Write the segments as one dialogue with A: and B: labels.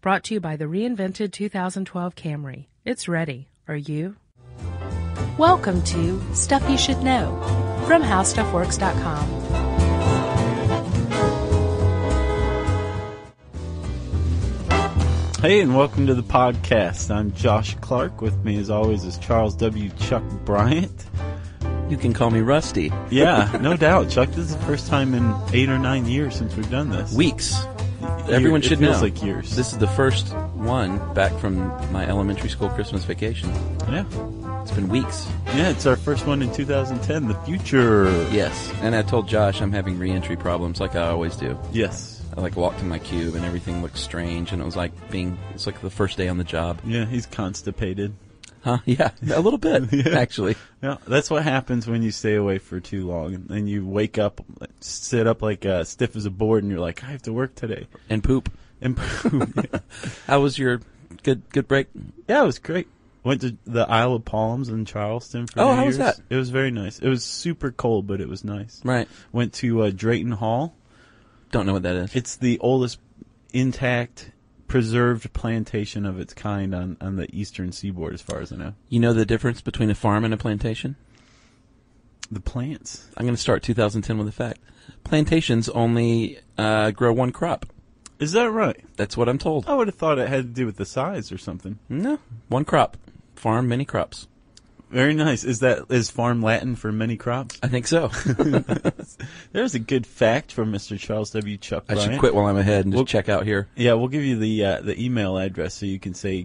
A: Brought to you by the reinvented 2012 Camry. It's ready. Are you? Welcome to Stuff You Should Know from HowStuffWorks.com.
B: Hey, and welcome to the podcast. I'm Josh Clark. With me, as always, is Charles W. Chuck Bryant.
C: You can call me Rusty.
B: Yeah, no doubt, Chuck. This is the first time in eight or nine years since we've done this.
C: Weeks. Everyone
B: Year-
C: should
B: it feels
C: know.
B: like years.
C: This is the first one back from my elementary school Christmas vacation.
B: yeah,
C: It's been weeks.
B: yeah. It's our first one in 2010. The future.
C: Yes. And I told Josh I'm having reentry problems like I always do.
B: Yes.
C: I like walked in my cube and everything looked strange and it was like being it's like the first day on the job.
B: Yeah, he's constipated.
C: Huh? Yeah. A little bit
B: Yeah.
C: actually.
B: Yeah, that's what happens when you stay away for too long, and you wake up, sit up like uh, stiff as a board, and you're like, I have to work today.
C: And poop.
B: And
C: How was your good good break?
B: Yeah, it was great. Went to the Isle of Palms in Charleston for
C: Oh,
B: New
C: how was
B: Year's.
C: that?
B: It was very nice. It was super cold, but it was nice.
C: Right.
B: Went to uh, Drayton Hall.
C: Don't know what that is.
B: It's the oldest intact preserved plantation of its kind on, on the eastern seaboard as far as I know.
C: You know the difference between a farm and a plantation?
B: The plants.
C: I'm going to start 2010 with a fact. Plantations only uh, grow one crop.
B: Is that right?
C: That's what I'm told.
B: I would have thought it had to do with the size or something.
C: No, one crop. Farm many crops.
B: Very nice. Is that is farm Latin for many crops?
C: I think so.
B: There's a good fact from Mr. Charles W. Chuck.
C: I should
B: Bryant.
C: quit while I'm ahead and just
B: Well-
C: check out here.
B: Yeah, we'll give you the uh, the email address so you can say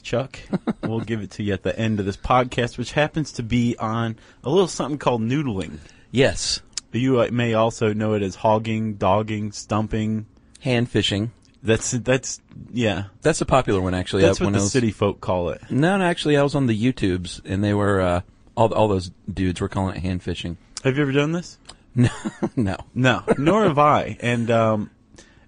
B: Chuck. we'll give it to you at the end of this podcast, which happens to be on a little something called noodling.
C: Yes,
B: You uh, may also know it as hogging, dogging, stumping.
C: hand fishing.
B: That's that's yeah.
C: That's a popular one, actually.
B: That's
C: I-
B: what
C: when I
B: the
C: was-
B: city folk call it.
C: No, no, actually, I was on the YouTubes, and they were uh, all all those dudes were calling it hand fishing.
B: Have you ever done this?
C: No, no.
B: No, nor have I. And um,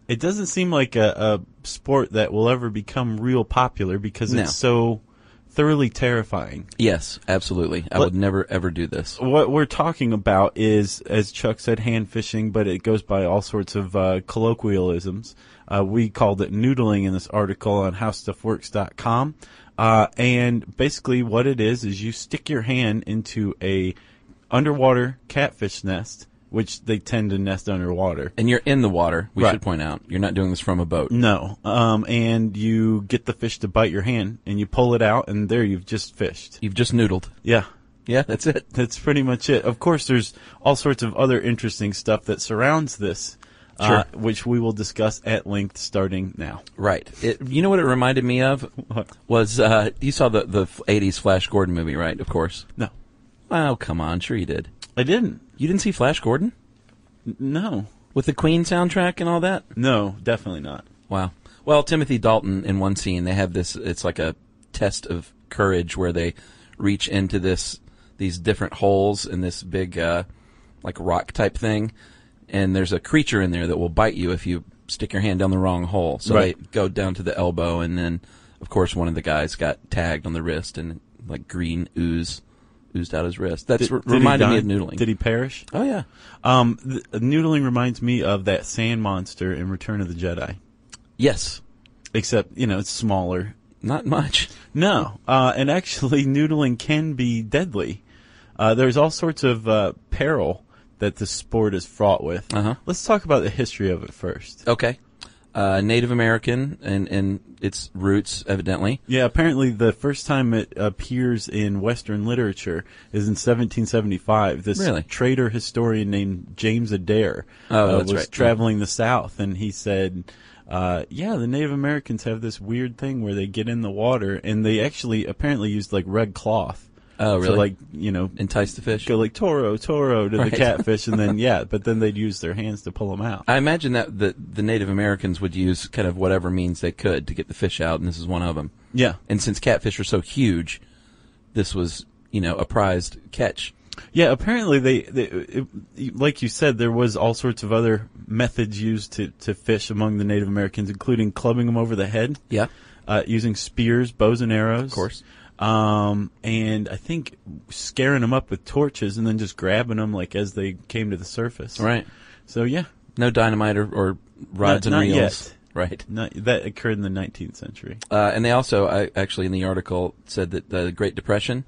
B: it doesn't seem like a, a sport that will ever become real popular because
C: No.
B: it's so thoroughly terrifying.
C: Yes, absolutely. I
B: Let-
C: would never ever do this.
B: what we're talking about is, as Chuck said, hand fishing, but it goes by all sorts of uh, colloquialisms. Uh, we called it noodling in this article on howstuffworks.com. Uh, and basically what it is, is you stick your hand into a underwater catfish nest, which they tend to nest underwater.
C: And you're in the water. We
B: Right.
C: should point out you're not doing this from a boat.
B: No. Um, and you get the fish to bite your hand and you pull it out and there you've just fished.
C: You've just noodled.
B: Yeah.
C: Yeah, that's it.
B: That's pretty much it. Of course, there's all sorts of other interesting stuff that surrounds this, uh, which we will discuss at length starting now.
C: Right. It, you know what it reminded me of was uh, you saw the the '80s Flash Gordon movie, right? Of course.
B: No,
C: Oh, come on. Sure you did.
B: I didn't.
C: You didn't see Flash Gordon?
B: N- No,
C: With the Queen soundtrack and all that?
B: no, definitely not.
C: Wow. Well, Timothy Dalton in one scene, they have this, it's like a test of courage where they reach into this, these different holes in this big, uh, like rock type thing. And there's a creature in there that will bite you if you stick your hand down the wrong hole. So
B: Right.
C: they go down to the elbow and then, of course, one of the guys got tagged on the wrist and like green ooze oozed out his wrist. That's re-
B: Did- did he
C: reminded me
B: die?
C: of noodling.
B: Did he perish?
C: oh yeah.
B: Um, th- noodling reminds me of that sand monster in Return of the Jedi,
C: Yes.
B: except you know it's smaller.
C: Not much.
B: No, uh, and actually, noodling can be deadly. Uh, there's all sorts of uh, peril that the sport is fraught with.
C: Uh-huh.
B: Let's talk about the history of it first.
C: Okay. uh, Native American and and its roots, evidently.
B: Yeah, apparently the first time it appears in Western literature is in 1775. This
C: Really?
B: trader historian named James Adair
C: Oh,
B: uh,
C: that's
B: was
C: right.
B: traveling the South, and he said, uh, "Yeah, the Native Americans have this weird thing where they get in the water, and they actually apparently used like red cloth."
C: Oh,
B: To
C: really?
B: like you know
C: entice the fish.
B: Go like toro, toro to
C: Right.
B: the catfish, and then yeah, but then they'd use their hands to pull them out.
C: I imagine that the the Native Americans would use kind of whatever means they could to get the fish out, and this is one of them.
B: Yeah.
C: And since catfish are so huge, this was you know a prized catch.
B: Yeah, apparently they, they it, like you said, there was all sorts of other methods used to, to fish among the Native Americans, including clubbing them over the head.
C: Yeah.
B: Uh, using spears, bows and arrows. Of
C: course.
B: Um, and I think scaring them up with torches and then just grabbing them like as they came to the surface.
C: Right.
B: So yeah.
C: No dynamite or, or rods
B: Not-
C: and
B: not
C: reels.
B: yet.
C: Right.
B: Not, that occurred in the 19th century.
C: Uh, and they also, I actually in the article said that the Great Depression,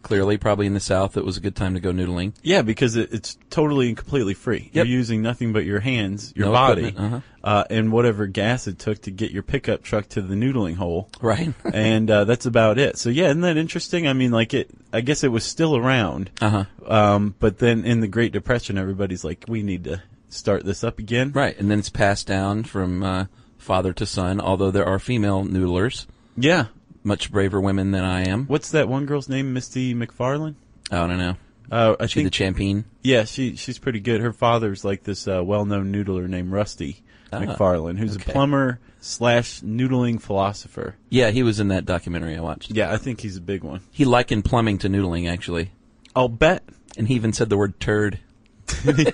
C: clearly probably in the South, it was a good time to go noodling.
B: Yeah, because it, it's totally and completely free. You're using nothing but your hands, your
C: No
B: body,
C: equipment, uh-huh.
B: uh, and whatever gas it took to get your pickup truck to the noodling hole.
C: Right.
B: and uh, that's about it. So yeah, isn't that interesting? I mean, like it. I guess it was still around.
C: Uh-huh.
B: Um, but then in the Great Depression, everybody's like, we need to start this up again.
C: Right. And then it's passed down from uh, father to son. Although there are female noodlers,
B: Yeah.
C: much braver women than I am.
B: What's that one girl's name? Misty McFarlane.
C: I don't know.
B: Uh, I
C: She
B: think
C: the champion.
B: Yeah, she she's pretty good. Her father's like this uh, well-known noodler named Rusty
C: Ah,
B: McFarlane, who's
C: okay.
B: a plumber slash noodling philosopher.
C: Yeah, he was in that documentary I watched.
B: Yeah, I think he's a big one.
C: He likened plumbing to noodling, actually.
B: I'll bet.
C: And he even said the word turd.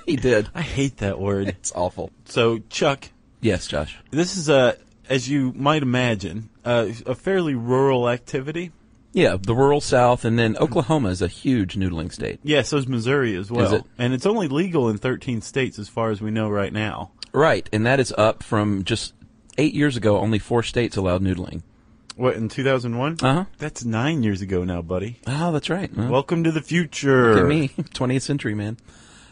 C: he did.
B: I hate that word.
C: It's awful.
B: So Chuck,
C: Yes, Josh.
B: this is a as you might imagine uh, a fairly rural activity.
C: Yeah, the rural South, and then Oklahoma is a huge noodling state.
B: Yeah, so is Missouri as well,
C: Is it?
B: and it's only legal in 13 states as far as we know right now.
C: Right, and that is up from just eight years ago. Only four states allowed noodling.
B: What in 2001?
C: Uh huh.
B: That's nine years ago now, buddy.
C: Oh, that's right. Well,
B: Welcome to the future.
C: look at me, 20th century man.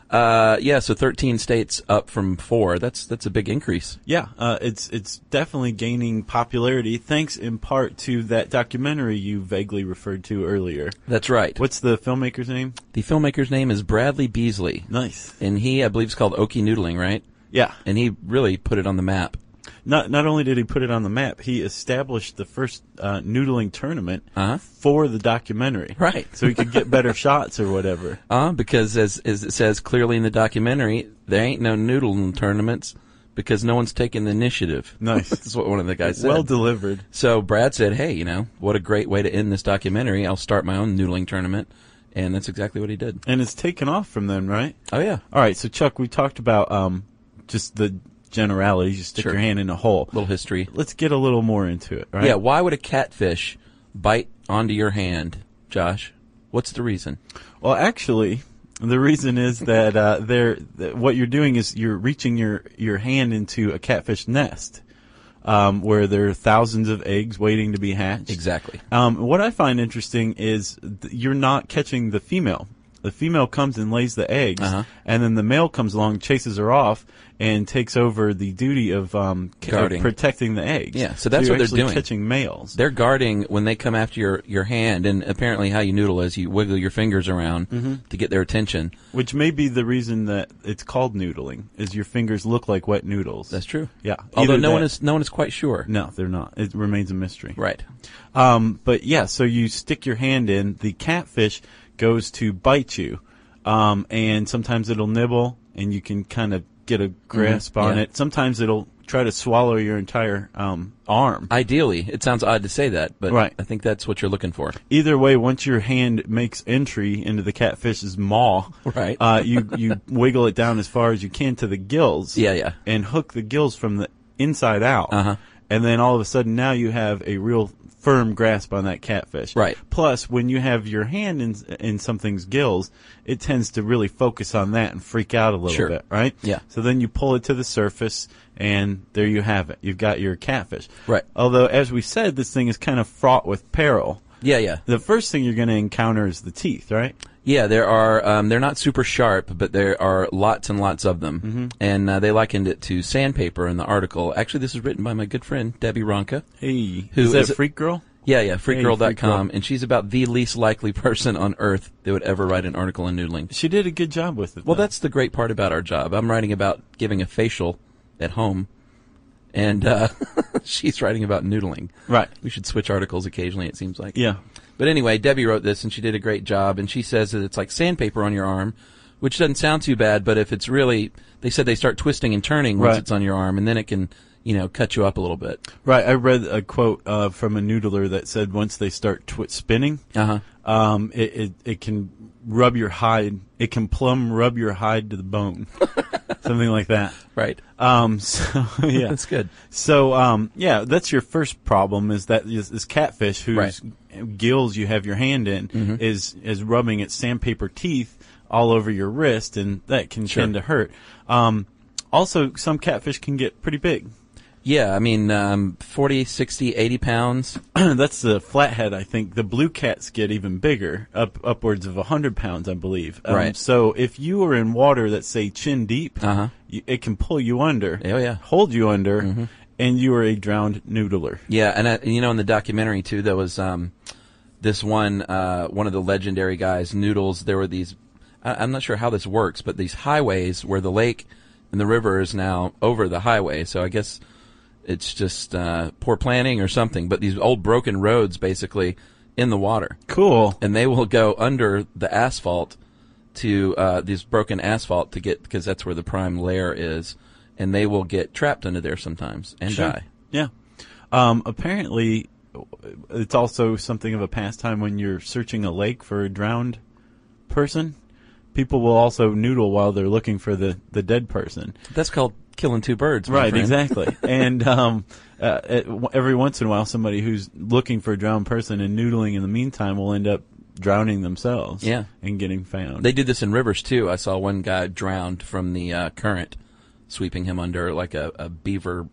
C: Uh, yeah, so 13 states up from four. That's that's a big increase.
B: Yeah, uh, it's it's definitely gaining popularity thanks in part to that documentary you vaguely referred to earlier.
C: That's right.
B: What's the filmmaker's name?
C: The filmmaker's name is Bradley Beasley,
B: Nice.
C: and he, I believe, is called Okie Noodling, right?
B: Yeah.
C: And he really put it on the map.
B: Not not only did he put it on the map, he established the first uh, noodling tournament
C: Uh-huh.
B: for the documentary.
C: Right.
B: So he could get better shots or whatever.
C: Uh, because as as it says clearly in the documentary, there ain't no noodling tournaments because no one's taking the initiative.
B: Nice.
C: That's what one of the guys said.
B: Well delivered.
C: So Brad said, "Hey, you know what a great way to end this documentary. I'll start my own noodling tournament." And that's exactly what he did.
B: And it's taken off from then, right?
C: Oh yeah,
B: All right, so Chuck, we talked about um, just the generalities. You stick
C: Sure.
B: your hand in a hole.
C: little history.
B: Let's get a little more into it, right?
C: Yeah, why would a catfish bite onto your hand, Josh? What's the reason?
B: Well, actually, the reason is that uh, they're that what you're doing is you're reaching your your hand into a catfish nest, um, where there are thousands of eggs waiting to be hatched.
C: Exactly.
B: Um, what I find interesting is th- you're not catching the female. The female comes and lays the eggs,
C: Uh-huh.
B: and then the male comes along, chases her off, and takes over the duty of, um, c- of
C: Guarding.
B: protecting the eggs.
C: Yeah, so that's
B: you're
C: what they're
B: actually
C: doing.
B: Catching males.
C: They're guarding when they come after your, your hand, and apparently how you noodle is you wiggle your fingers around
B: Mm-hmm.
C: to get their attention.
B: Which may be the reason that it's called noodling, is your fingers look like wet noodles.
C: That's true.
B: Yeah.
C: Although
B: Either
C: no
B: that-
C: one is no one is quite sure.
B: No, they're not. It remains a mystery.
C: Right.
B: Um, but yeah, so you stick your hand in, the catfish goes to bite you, um, and sometimes it'll nibble, and you can kind of get a grasp on
C: Mm-hmm. yeah.
B: it. Sometimes it'll try to swallow your entire um, arm.
C: Ideally, it sounds odd to say that, but
B: Right.
C: I think that's what you're looking for.
B: Either way, once your hand makes entry into the catfish's maw,
C: Right.
B: uh, you you wiggle it down as far as you can to the gills.
C: Yeah, yeah.
B: And hook the gills from the inside out.
C: Uh-huh.
B: And then all of a sudden, now you have a real firm grasp on that catfish.
C: Right.
B: Plus, when you have your hand in in something's gills, it tends to really focus on that and freak out a little
C: Sure.
B: bit, right?
C: Yeah.
B: So then you pull it to the surface, and there you have it. You've got your catfish.
C: Right.
B: Although, as we said, this thing is kind of fraught with peril
C: Yeah, yeah.
B: the first thing you're going to encounter is the teeth, right?
C: Yeah, there are. Um, they're not super sharp, but there are lots and lots of them,
B: Mhm.
C: and uh, they likened it to sandpaper in the article. Actually, this is written by my good friend Debbie Ronka.
B: Hey,
C: who
B: is that
C: a-
B: Freak Girl?
C: Yeah, yeah,
B: Hey,
C: freakgirl.com,
B: Freak Girl.
C: and she's about the least likely person on earth that would ever write an article in Noodling.
B: She did a good job with it.
C: Well,
B: though.
C: that's the great part about our job. I'm writing about giving a facial at home, and uh, she's writing about noodling.
B: Right.
C: We should switch articles occasionally. It seems like.
B: Yeah.
C: But anyway, Debbie wrote this, and she did a great job. And she says that it's like sandpaper on your arm, which doesn't sound too bad. But if it's really, they said they start twisting and turning once
B: Right.
C: it's on your arm, and then it can, you know, cut you up a little bit.
B: Right, I read a quote uh, from a noodler that said once they start twi- spinning,
C: Uh-huh.
B: um, it, it it can rub your hide, it can plumb rub your hide to the bone, something like that.
C: Right.
B: Um, so yeah,
C: That's good.
B: So um, yeah, that's your first problem is that is, is catfish whose gills you have your hand in
C: Mm-hmm.
B: is is rubbing its sandpaper teeth all over your wrist, and that can
C: Sure.
B: tend to hurt. Um, also, some catfish can get pretty big.
C: Yeah, I mean, um, 40, 60, 80 pounds.
B: that's the flathead, I think. The blue cats get even bigger, up upwards of hundred pounds, I believe. Um,
C: Right.
B: So if you are in water that's say chin deep,
C: Uh-huh.
B: you, it can pull you under.
C: Oh, yeah. Mm-hmm.
B: Hold you under, and you are a drowned noodler.
C: Yeah, and, I, and you know, in the documentary too, there was um, this one uh, one of the legendary guys, Noodles. There were these. I, I'm not sure how this works, but these highways where the lake and the river is now over the highway. So I guess it's just uh, poor planning or something. But these old broken roads, basically, in the water,
B: Cool.
C: and they will go under the asphalt to uh, these broken asphalt to get because that's where the prime layer is, and they will get trapped under there sometimes and
B: Sure.
C: die.
B: Yeah. Um, apparently, it's also something of a pastime when you're searching a lake for a drowned person. People will also noodle while they're looking for the, the dead person.
C: That's called killing two birds. my
B: Right,
C: friend.
B: exactly. and um, uh, it, w- every once in a while, somebody who's looking for a drowned person and noodling in the meantime will end up drowning themselves.
C: Yeah.
B: and getting found.
C: They do this in rivers too. I saw one guy drowned from the uh, current, sweeping him under like a, a beaver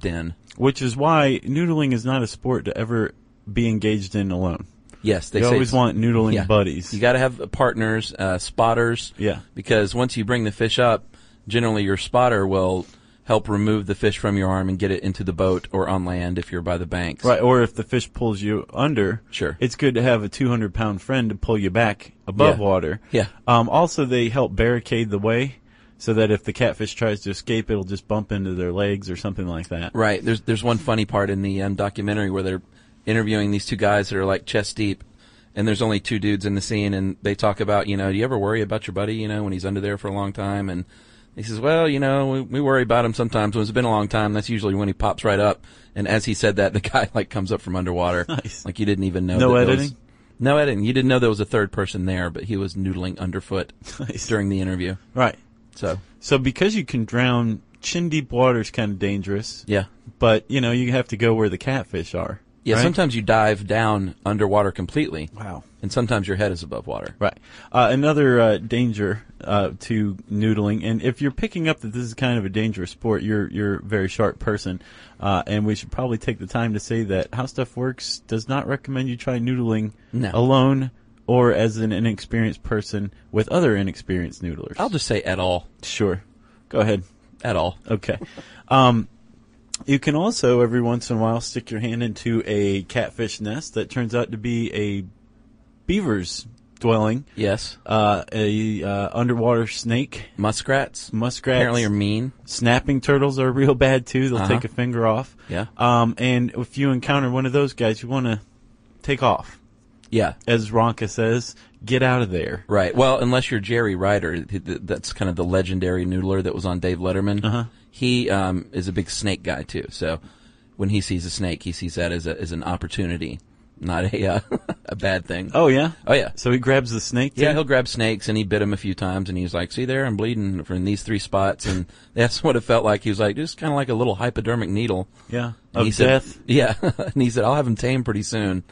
C: den.
B: Which is why noodling is not a sport to ever be engaged in alone.
C: Yes, they
B: you
C: say
B: always
C: it's-
B: want noodling
C: yeah.
B: buddies.
C: You got to have partners, uh, spotters.
B: Yeah.
C: Because once you bring the fish up, generally your spotter will help remove the fish from your arm and get it into the boat or on land if you're by the banks.
B: Right, or if the fish pulls you under,
C: Sure.
B: it's good to have a 200 pound friend to pull you back above
C: Yeah.
B: water.
C: Yeah.
B: Um, also, they help barricade the way so that if the catfish tries to escape, it'll just bump into their legs or something like that.
C: Right. There's there's one funny part in the um, documentary where they're interviewing these two guys that are like chest deep, and there's only two dudes in the scene, and they talk about you know, do you ever worry about your buddy, you know, when he's under there for a long time, and he says, well, you know, we, we worry about him sometimes. When it's been a long time, that's usually when he pops right up. And as he said that, the guy like comes up from underwater,
B: Nice.
C: like you didn't even know.
B: No
C: that there was-
B: editing?
C: no editing. You didn't know there was a third person there, but he was noodling underfoot during the interview.
B: Right.
C: So
B: So because you can drown, chin deep water is kind of dangerous.
C: yeah.
B: But you know you have to go where the catfish are.
C: Yeah,
B: right?
C: sometimes you dive down underwater completely.
B: Wow.
C: And sometimes your head is above water.
B: Right. Uh, another uh, danger uh, to noodling, and if you're picking up that this is kind of a dangerous sport, you're you're a very sharp person, uh, and we should probably take the time to say that How Stuff Works does not recommend you try noodling
C: No.
B: alone or as an inexperienced person with other inexperienced noodlers.
C: I'll just say at all.
B: sure. Go ahead.
C: At all.
B: Okay. Um, you can also, every once in a while, stick your hand into a catfish nest that turns out to be a beaver's dwelling,
C: Yes.
B: uh, a uh, underwater snake,
C: Muskrats.
B: muskrat.
C: Apparently are mean.
B: Snapping turtles are real bad too. They'll
C: Uh-huh.
B: take a finger off.
C: Yeah.
B: Um, and if you encounter one of those guys, you want to take off.
C: Yeah.
B: As Ronka says, get out of there.
C: Right. Well, unless you're Jerry Ryder, th- th- that's kind of the legendary noodler that was on Dave Letterman.
B: Uh-huh.
C: He um, is a big snake guy too. So when he sees a snake, he sees that as a, as an opportunity, not a uh, a bad thing.
B: Oh yeah.
C: Oh, yeah.
B: So he grabs the snake.
C: Yeah,
B: too?
C: he'll grab snakes and he bit him a few times and he's like, see there, I'm bleeding from these three spots. And that's what it felt like. He was like, just kind of like a little hypodermic needle.
B: Yeah.
C: And
B: Of
C: he said-
B: death.
C: yeah. and he said, I'll have him tamed pretty soon.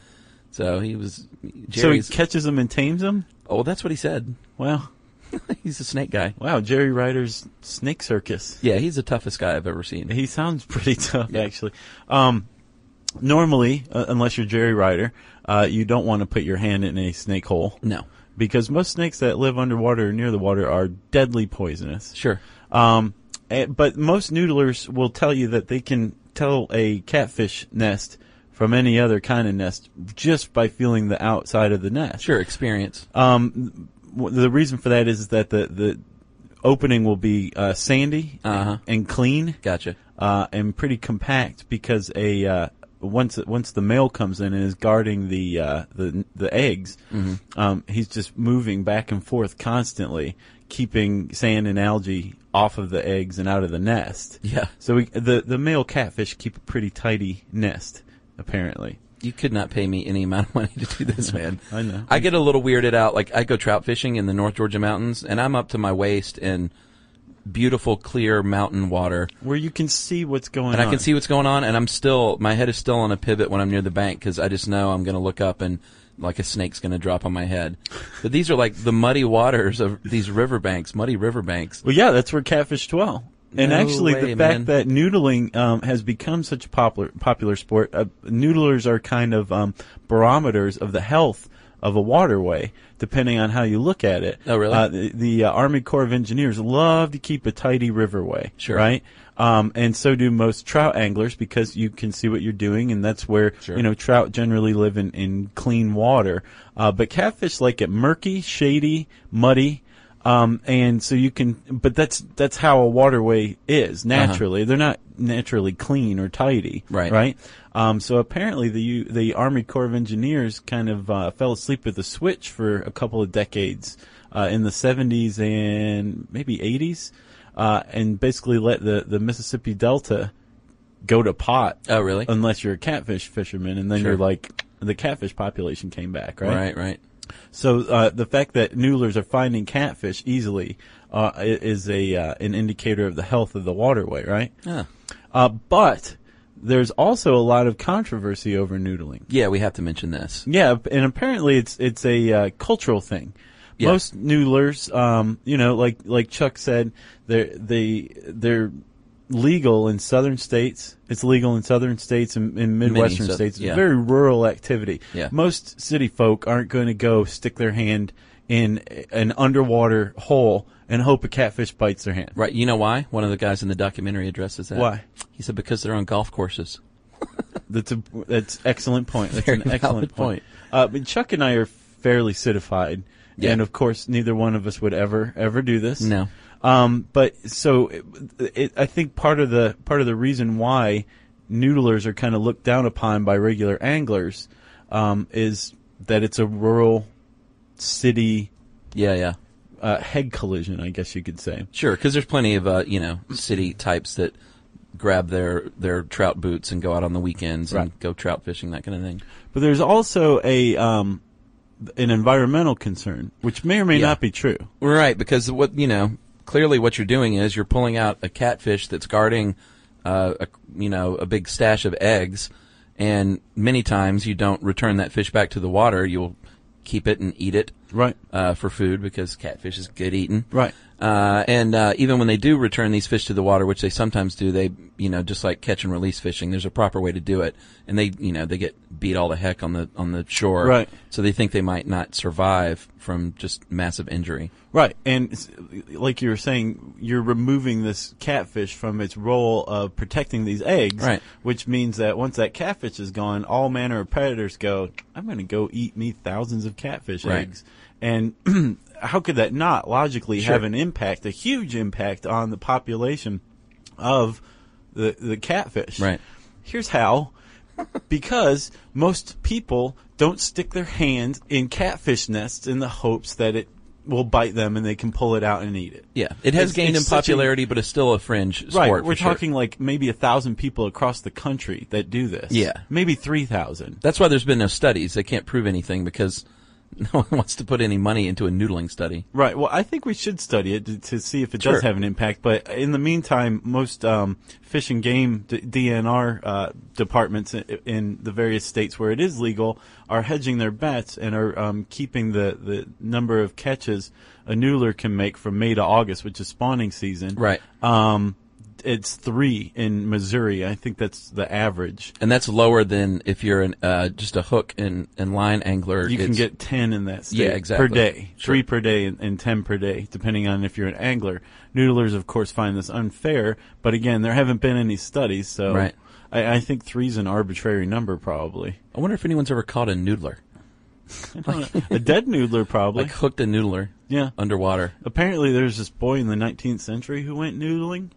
C: So he was,
B: so he
C: Jerry's,
B: catches him and tames him.
C: oh, that's what he said.
B: Wow.
C: he's a snake guy.
B: Wow, Jerry Ryder's Snake Circus.
C: Yeah, he's the toughest guy I've ever seen.
B: He sounds pretty tough, actually. Um, normally, uh, unless you're Jerry Ryder, uh, you don't want to put your hand in a snake hole.
C: No.
B: because most snakes that live underwater or near the water are deadly poisonous.
C: Sure.
B: Um, eh, but most noodlers will tell you that they can tell a catfish nest from any other kind of nest just by feeling the outside of the nest.
C: Sure, experience.
B: Um, w- the reason for that is that the the opening will be uh, sandy
C: Uh-huh.
B: and clean.
C: Gotcha.
B: Uh, and pretty compact because a uh, once once the male comes in and is guarding the uh, the the eggs,
C: Mm-hmm.
B: um, he's just moving back and forth constantly, keeping sand and algae off of the eggs and out of the nest.
C: Yeah.
B: So we, the the male catfish keep a pretty tidy nest, apparently.
C: You could not pay me any amount of money to do this, man.
B: I know.
C: I get a little weirded out. Like I go trout fishing in the North Georgia mountains, and I'm up to my waist in beautiful, clear mountain water,
B: Where you can see what's going
C: and
B: on.
C: I can see what's going on. And I'm still, my head is still on a pivot when I'm near the bank because I just know I'm going to look up and like a snake's going to drop on my head. But these are like the muddy waters of these riverbanks, muddy riverbanks.
B: Well, yeah, that's where catfish dwell. And
C: No
B: actually,
C: way,
B: the fact
C: man.
B: that noodling um, has become such a popular popular sport, uh, noodlers are kind of um, barometers of the health of a waterway, depending on how you look at it.
C: Oh, really?
B: Uh, the the uh, Army Corps of Engineers love to keep a tidy riverway.
C: Sure.
B: Right. Um, and so do most trout anglers because you can see what you're doing, and that's where
C: Sure.
B: you know trout generally live in, in clean water. Uh, but catfish like it murky, shady, muddy, um, and so you can. But that's that's how a waterway is naturally. They're not naturally clean or tidy.
C: Uh-huh. Right.
B: Right. Um, so apparently the U- the Army Corps of Engineers kind of uh, fell asleep at the switch for a couple of decades uh, in the 70s and maybe 80s, uh, and basically let the the Mississippi Delta go to pot.
C: Oh, really?
B: Unless you're a catfish fisherman, and then
C: Sure.
B: you're like the catfish population came back, right?
C: right. right.
B: So uh, the fact that noodlers are finding catfish easily uh, i- is a uh, an indicator of the health of the waterway, right?
C: Yeah.
B: Uh, but there's also a lot of controversy over noodling.
C: Yeah, we have to mention this.
B: Yeah, and apparently it's it's a uh, cultural thing.
C: Yeah.
B: Most noodlers, um, you know, like like Chuck said, they're they they're legal in southern states. It's legal in southern states and in midwestern
C: south-
B: states. It's
C: yeah.
B: very rural activity.
C: Yeah.
B: Most city folk aren't going to go stick their hand in an underwater hole and hope a catfish bites their hand.
C: Right. You know why? One of the guys in the documentary addresses that.
B: Why?
C: He said because they're on golf courses.
B: That's a that's excellent point. That's
C: Very
B: an excellent
C: valid point.
B: point. Uh, but Chuck and I are fairly citified,
C: Yeah.
B: and of course, neither one of us would ever ever do this.
C: No.
B: Um, but so it, it, I think part of the part of the reason why noodlers are kind of looked down upon by regular anglers um, is that it's a rural city
C: Yeah, yeah.
B: uh, head collision, I guess you could say.
C: Sure, because there's plenty of uh, you know city types that grab their their trout boots and go out on the weekends and
B: Right.
C: go trout fishing that kind of thing.
B: But there's also a um, an environmental concern, which may or may
C: Yeah.
B: not be true.
C: Right, because what you know clearly what you're doing is you're pulling out a catfish that's guarding uh, a, you know a big stash of eggs, and many times you don't return that fish back to the water. You'll keep it and eat it
B: Right.
C: uh, for food because catfish is good eating.
B: Right.
C: Uh, and uh, even when they do return these fish to the water, which they sometimes do, they you know just like catch and release fishing. There's a proper way to do it, and they you know they get beat all the heck on the on the shore.
B: Right.
C: So they think they might not survive from just massive injury.
B: Right, and s- like you were saying, you're removing this catfish from its role of protecting these eggs,
C: Right.
B: which means that once that catfish is gone, all manner of predators go, I'm going to go eat me thousands of catfish
C: Right.
B: eggs. And how could that not logically have an impact, a huge impact on the population of the, the catfish?
C: Right.
B: Here's how. because most people don't stick their hand in catfish nests in the hopes that it will bite them and they can pull it out and eat it.
C: Yeah, it has
B: It's-
C: gained
B: it's
C: in
B: such a-
C: popularity, but it's still a fringe sport.
B: Right,
C: for
B: we're
C: sure.
B: talking like maybe a thousand people across the country that do this.
C: Yeah.
B: maybe three thousand.
C: That's why there's been no studies. They can't prove anything because no one wants to put any money into a noodling study.
B: Right. Well, I think we should study it to, to see if it
C: Sure.
B: does have an impact. But in the meantime, most um, fish and game d- DNR uh, departments in, in the various states where it is legal are hedging their bets and are um, keeping the, the number of catches a noodler can make from May to August, which is spawning season.
C: Right.
B: Um, it's three in Missouri. I think that's the average.
C: And that's lower than if you're an, uh, just a hook and, and line angler.
B: You can
C: It's-
B: get ten in that state
C: Yeah, exactly.
B: per day,
C: Sure.
B: three per day, and, and ten per day, depending on if you're an angler. Noodlers, of course, find this unfair, but again, there haven't been any studies, so
C: Right.
B: I, I think three's an arbitrary number, probably.
C: I wonder if anyone's ever caught a noodler,
B: a dead noodler, probably.
C: like hooked a noodler.
B: Yeah.
C: underwater.
B: Apparently, there's this boy in the 19th century who went noodling,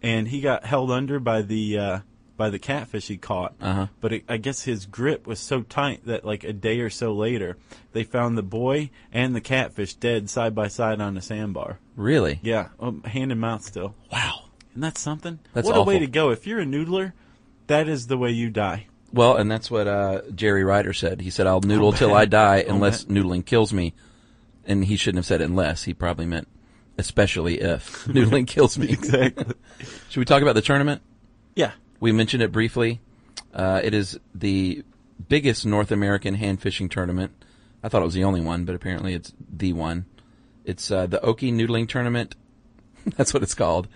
B: and he got held under by the uh, by the catfish he caught.
C: Uh-huh.
B: But it, I guess his grip was so tight that, like a day or so later, they found the boy and the catfish dead side by side on a sandbar.
C: Really?
B: Yeah, um, hand and mouth still.
C: Wow.
B: Isn't that something?
C: That's
B: what a way
C: awful.
B: to go. If you're a noodler, that is the way you die.
C: Well, and that's what uh, Jerry Ryder said. He said, "I'll noodle till I die, unless noodling kills me." And he shouldn't have said unless. He probably meant especially if noodling kills me.
B: Exactly.
C: Should we talk about the tournament?
B: Yeah.
C: We mentioned it briefly. Uh, it is the biggest North American hand fishing tournament. I thought it was the only one, but apparently it's the one. It's uh, the Oki Noodling Tournament. That's what it's called.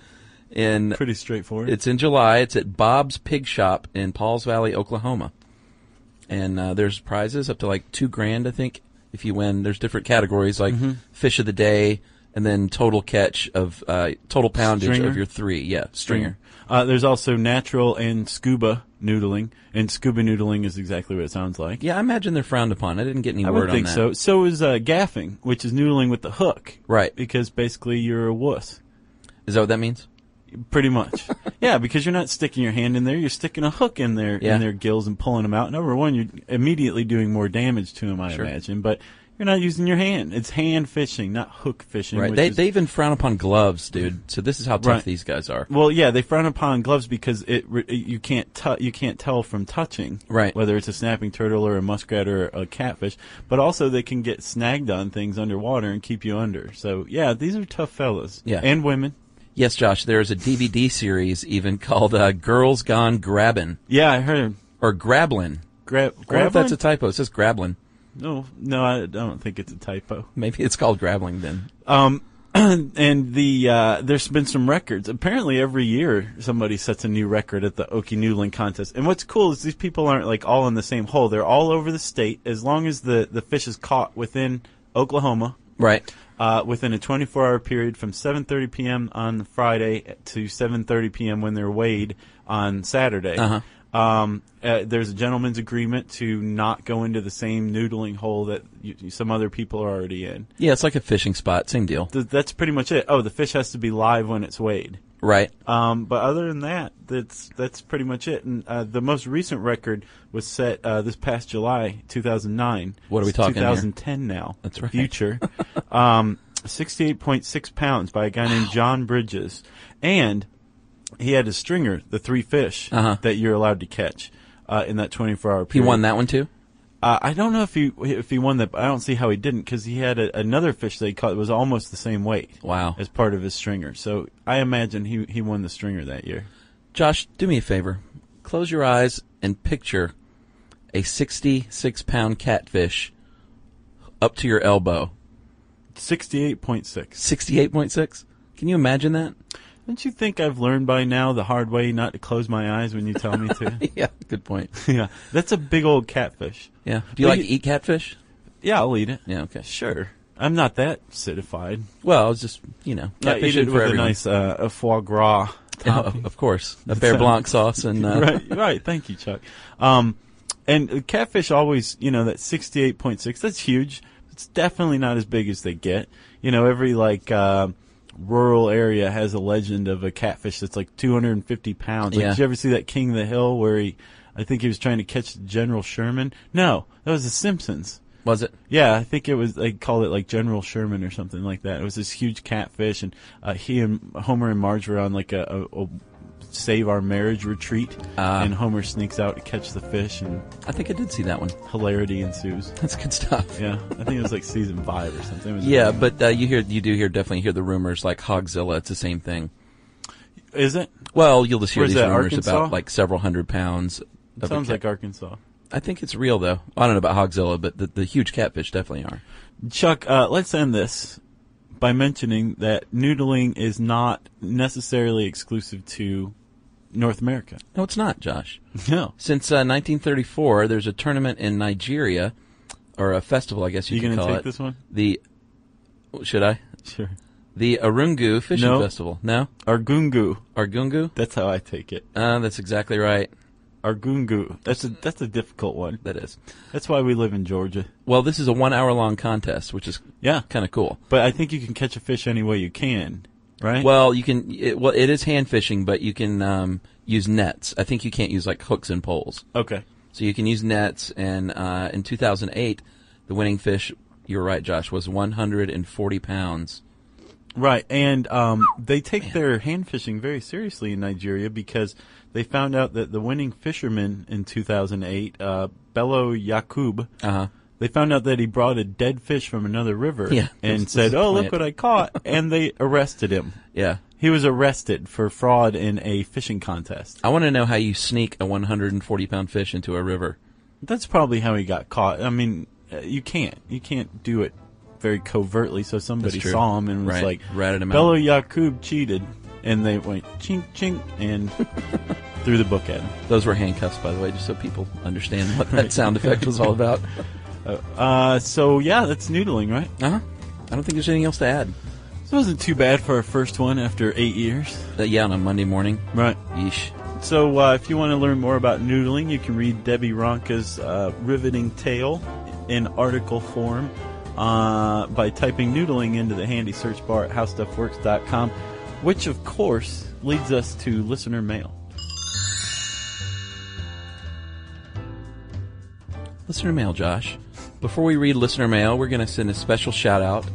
C: In
B: Pretty straightforward.
C: it's in July. It's at Bob's Pig Shop in Pauls Valley, Oklahoma. And uh, there's prizes up to like two grand, I think, if you win. There's different categories like
B: Mm-hmm.
C: fish of the day, and then total catch of uh, total poundage
B: Stringer?
C: of your three. Yeah, stringer.
B: Uh, there's also natural and scuba noodling, and scuba noodling is exactly what it sounds like.
C: Yeah, I imagine they're frowned upon. I didn't get any
B: I
C: word
B: would think
C: on that.
B: so. So is uh, gaffing, which is noodling with the hook,
C: Right.
B: Because basically you're a wuss,
C: Is that what that means?
B: pretty much. yeah, because you're not sticking your hand in there; you're sticking a hook in their
C: Yeah.
B: in their gills and pulling them out. Number one, you're immediately doing more damage to them, I
C: Sure.
B: imagine. But you're not using your hand; it's hand fishing, not hook fishing.
C: Right.
B: which
C: They,
B: is-
C: they even frown upon gloves, dude. So this is how tough
B: Right.
C: these guys are.
B: Well, yeah, they frown upon gloves because it re- you can't tu- you can't tell from touching,
C: Right.
B: Whether it's a snapping turtle or a muskrat or a catfish, but also they can get snagged on things underwater and keep you under. So yeah, these are tough fellas,
C: Yeah.
B: and women.
C: Yes, Josh, there is a DVD series even called uh, Girls Gone Grabbin'
B: Yeah, I heard
C: or Grablin'.
B: grab
C: I wonder
B: grab.
C: if that's a typo. It says Grablin'.
B: no, no, I don't think it's a typo.
C: Maybe it's called grabbling then.
B: Um, and the uh, there's been some records. Apparently, every year somebody sets a new record at the Okie Noodling contest. And what's cool is these people aren't like all in the same hole. They're all over the state. As long as the the fish is caught within Oklahoma,
C: Right.
B: uh, within a 24 hour period from 7:30 p.m. on Friday to 7:30 p.m. when they're weighed on Saturday.
C: Uh-huh.
B: Um, uh, there's a gentleman's agreement to not go into the same noodling hole that you, you- some other people are already in.
C: Yeah, it's like a fishing spot. Same deal.
B: Th- that's pretty much it. Oh, the fish has to be live when it's weighed.
C: Right.
B: Um, but other than that, that's that's pretty much it. And uh, the most recent record was set uh, this past July, 2009.
C: What are we
B: It's
C: talking here?
B: 2010 now.
C: That's right.
B: Future. um, 68.6 pounds by a guy named John Bridges, and he had a stringer, the three fish
C: Uh-huh.
B: that you're allowed to catch uh, in that 24 hour
C: He
B: period.
C: won that one too?
B: Uh, I don't know if he if he won that, but I don't see how he didn't because he had a, another fish that he caught that was almost the same weight.
C: Wow.
B: As part of his stringer, so I imagine he he won the stringer that year.
C: Josh, do me a favor. Close your eyes and picture a 66 pound catfish up to your elbow.
B: Sixty-eight point six.
C: 68.6? Can you imagine that?
B: Don't you think I've learned by now the hard way not to close my eyes when you tell me to?
C: Yeah, good point.
B: yeah, that's a big old catfish.
C: Yeah. Do you
B: Well,
C: like to
B: you-
C: eat catfish?
B: Yeah, I'll eat it.
C: Yeah, okay.
B: Sure, I'm not that acidified.
C: Well, it's just, you know,
B: I
C: catfish
B: eat
C: is
B: it
C: for
B: with a
C: everyone. Oh,
B: nice uh, a foie gras.
C: Yeah, of, of course. A Bear Blanc sauce and uh,
B: right, right. Thank you, Chuck. Um, and catfish always, you know, that 68.6, that's huge. It's definitely not as big as they get. You know, every like, uh, rural area has a legend of a catfish that's like 250 pounds. Like,
C: Yeah.
B: did you ever see that King of the Hill where he, I think he was trying to catch General Sherman? No, that was the Simpsons.
C: was it?
B: Yeah, I think it was. They called it like General Sherman or something like that. It was this huge catfish, and uh, he and Homer and Marge were on like a, a, a save our marriage retreat,
C: Ah.
B: and Homer sneaks out to catch the fish, and
C: I think I did see that one.
B: hilarity ensues.
C: That's good stuff.
B: Yeah, I think it was like season five or something. It was-
C: Yeah, but uh, you hear you do hear definitely hear the rumors like Hogzilla. It's the same thing.
B: is it?
C: Well, you'll just hear
B: Where's
C: these
B: that,
C: rumors
B: Arkansas?
C: about like several hundred pounds. Of
B: Sounds
C: a
B: like Arkansas.
C: I think it's real though. I don't know about Hogzilla, but the, the huge catfish definitely are.
B: Chuck, uh, let's end this by mentioning that noodling is not necessarily exclusive to North America.
C: No, it's not, Josh.
B: No.
C: Since uh, 1934, there's a tournament in Nigeria, or a festival, I guess you,
B: You
C: can
B: gonna
C: call
B: take
C: it.
B: this one?
C: The should I?
B: Sure.
C: The Arungu Fishing
B: No.
C: Festival. No.
B: Argungu.
C: Argungu.
B: That's how I take it.
C: Uh, that's exactly right.
B: Argungu. That's a that's a difficult one.
C: That is.
B: That's why we live in Georgia.
C: Well, this is a one-hour-long contest, which is
B: Yeah.
C: kind of cool.
B: But I think you can catch a fish any way you can, right?
C: Well, you can. It, well, it is hand fishing, but you can um, use nets. I think you can't use like hooks and poles.
B: okay.
C: So you can use nets. And uh, in 2008, the winning fish, you're right, Josh, was 140 pounds.
B: Right, and um, they take their hand fishing very seriously in Nigeria because they found out that the winning fisherman in 2008, uh, Bello Yakub,
C: Uh-huh.
B: they found out that he brought a dead fish from another river
C: Yeah,
B: and
C: this- this
B: said,
C: is
B: "Oh,
C: planned."
B: look what I caught!" and they arrested him.
C: Yeah.
B: He was arrested for fraud in a fishing contest.
C: I want to know how you sneak a 140 pound fish into a river.
B: That's probably how he got caught. I mean, uh, you can't you can't do it very covertly. So somebody
C: That's true.
B: saw him and was
C: Right.
B: like,
C: Ratted him out.
B: Bello Yakub cheated," and they went chink chink and threw the book at him.
C: Those were handcuffs, by the way, just so people understand what that sound effect was all about.
B: Uh, so yeah, that's noodling, right?
C: Uh huh. I don't think there's anything else to add.
B: This wasn't too bad for our first one after eight years,
C: Uh, yeah, on a Monday morning.
B: right?
C: Yeesh.
B: So uh, if you want to learn more about noodling, you can read Debbie Ronka's uh, riveting tale in article form uh, by typing noodling into the handy search bar at howstuffworks.com, which of course leads us to listener mail.
C: Listener mail, Josh. Before we read listener mail, we're going to send a special shout out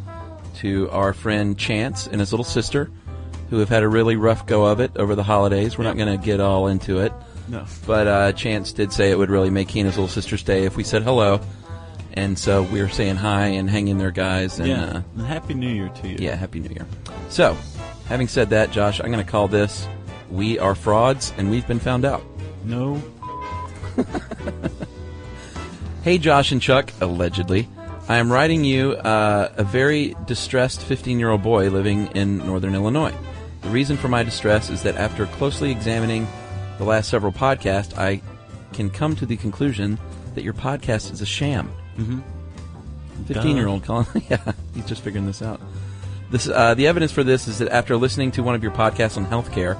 C: to our friend Chance and his little sister, who have had a really rough go of it over the holidays. We're not going to get all into it,
B: No.
C: but uh, Chance did say it would really make he and his little sister's day if we said hello. And so we are saying hi and hanging there, guys. And
B: yeah.
C: uh,
B: And Happy New Year to you.
C: yeah, Happy New Year. So, having said that, Josh, I'm going to call this We Are Frauds and We've Been Found Out.
B: No.
C: Hey, Josh and Chuck, allegedly. I am writing you uh, a very distressed 15 year old boy living in northern Illinois. The reason for my distress is that after closely examining the last several podcasts, I can come to the conclusion that your podcast is a sham. 15 year old Colin. yeah, he's just figuring this out. This, uh, the evidence for this is that after listening to one of your podcasts on healthcare,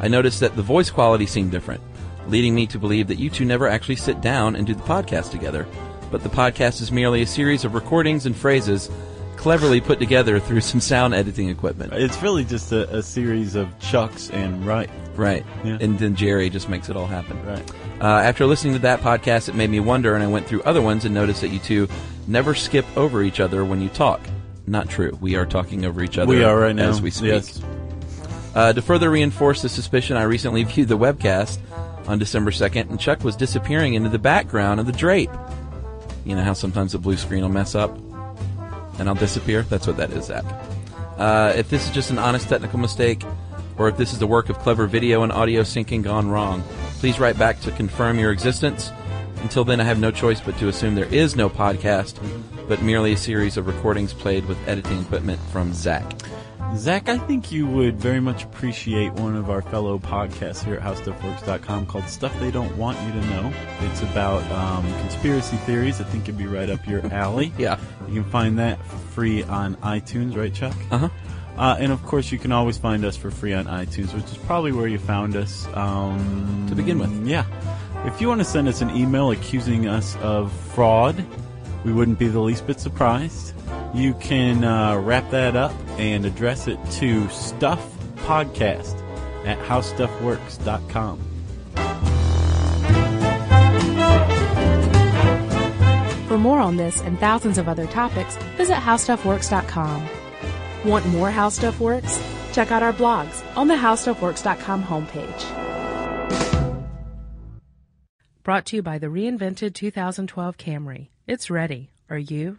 C: I noticed that the voice quality seemed different, leading me to believe that you two never actually sit down and do the podcast together. But the podcast is merely a series of recordings and phrases cleverly put together through some sound editing equipment.
B: It's really just a, a series of chucks and right.
C: Right.
B: Yeah.
C: And then Jerry just makes it all happen.
B: Right.
C: Uh, after listening to that podcast, it made me wonder, and I went through other ones and noticed that you two never skip over each other when you talk. Not true. We are talking over each other.
B: We are right now.
C: as we speak.
B: Yes.
C: Uh, to further reinforce the suspicion, I recently viewed the webcast on December 2nd, and Chuck was disappearing into the background of the drape. You know how sometimes the blue screen will mess up? And I'll disappear? That's what that is, Zach. Uh, if this is just an honest technical mistake, or if this is the work of clever video and audio syncing gone wrong, please write back to confirm your existence. Until then, I have no choice but to assume there is no podcast, but merely a series of recordings played with editing equipment from Zach.
B: Zach, I think you would very much appreciate one of our fellow podcasts here at HowStuffWorks.com called Stuff They Don't Want You to Know. It's about um, conspiracy theories. I think it'd be right up your alley.
C: Yeah.
B: You can find that for free on iTunes, right, Chuck?
C: Uh-huh.
B: Uh, and of course, you can always find us for free on iTunes, which is probably where you found us um,
C: To begin with.
B: Yeah. If you want to send us an email accusing us of fraud, we wouldn't be the least bit surprised. You can uh, wrap that up and address it to stuffpodcast at howstuffworks.com.
A: For more on this and thousands of other topics, visit howstuffworks.com. Want more How Stuff Works? Check out our blogs on the howstuffworks.com homepage. Brought to you by the reinvented 2012 Camry. It's ready. Are you?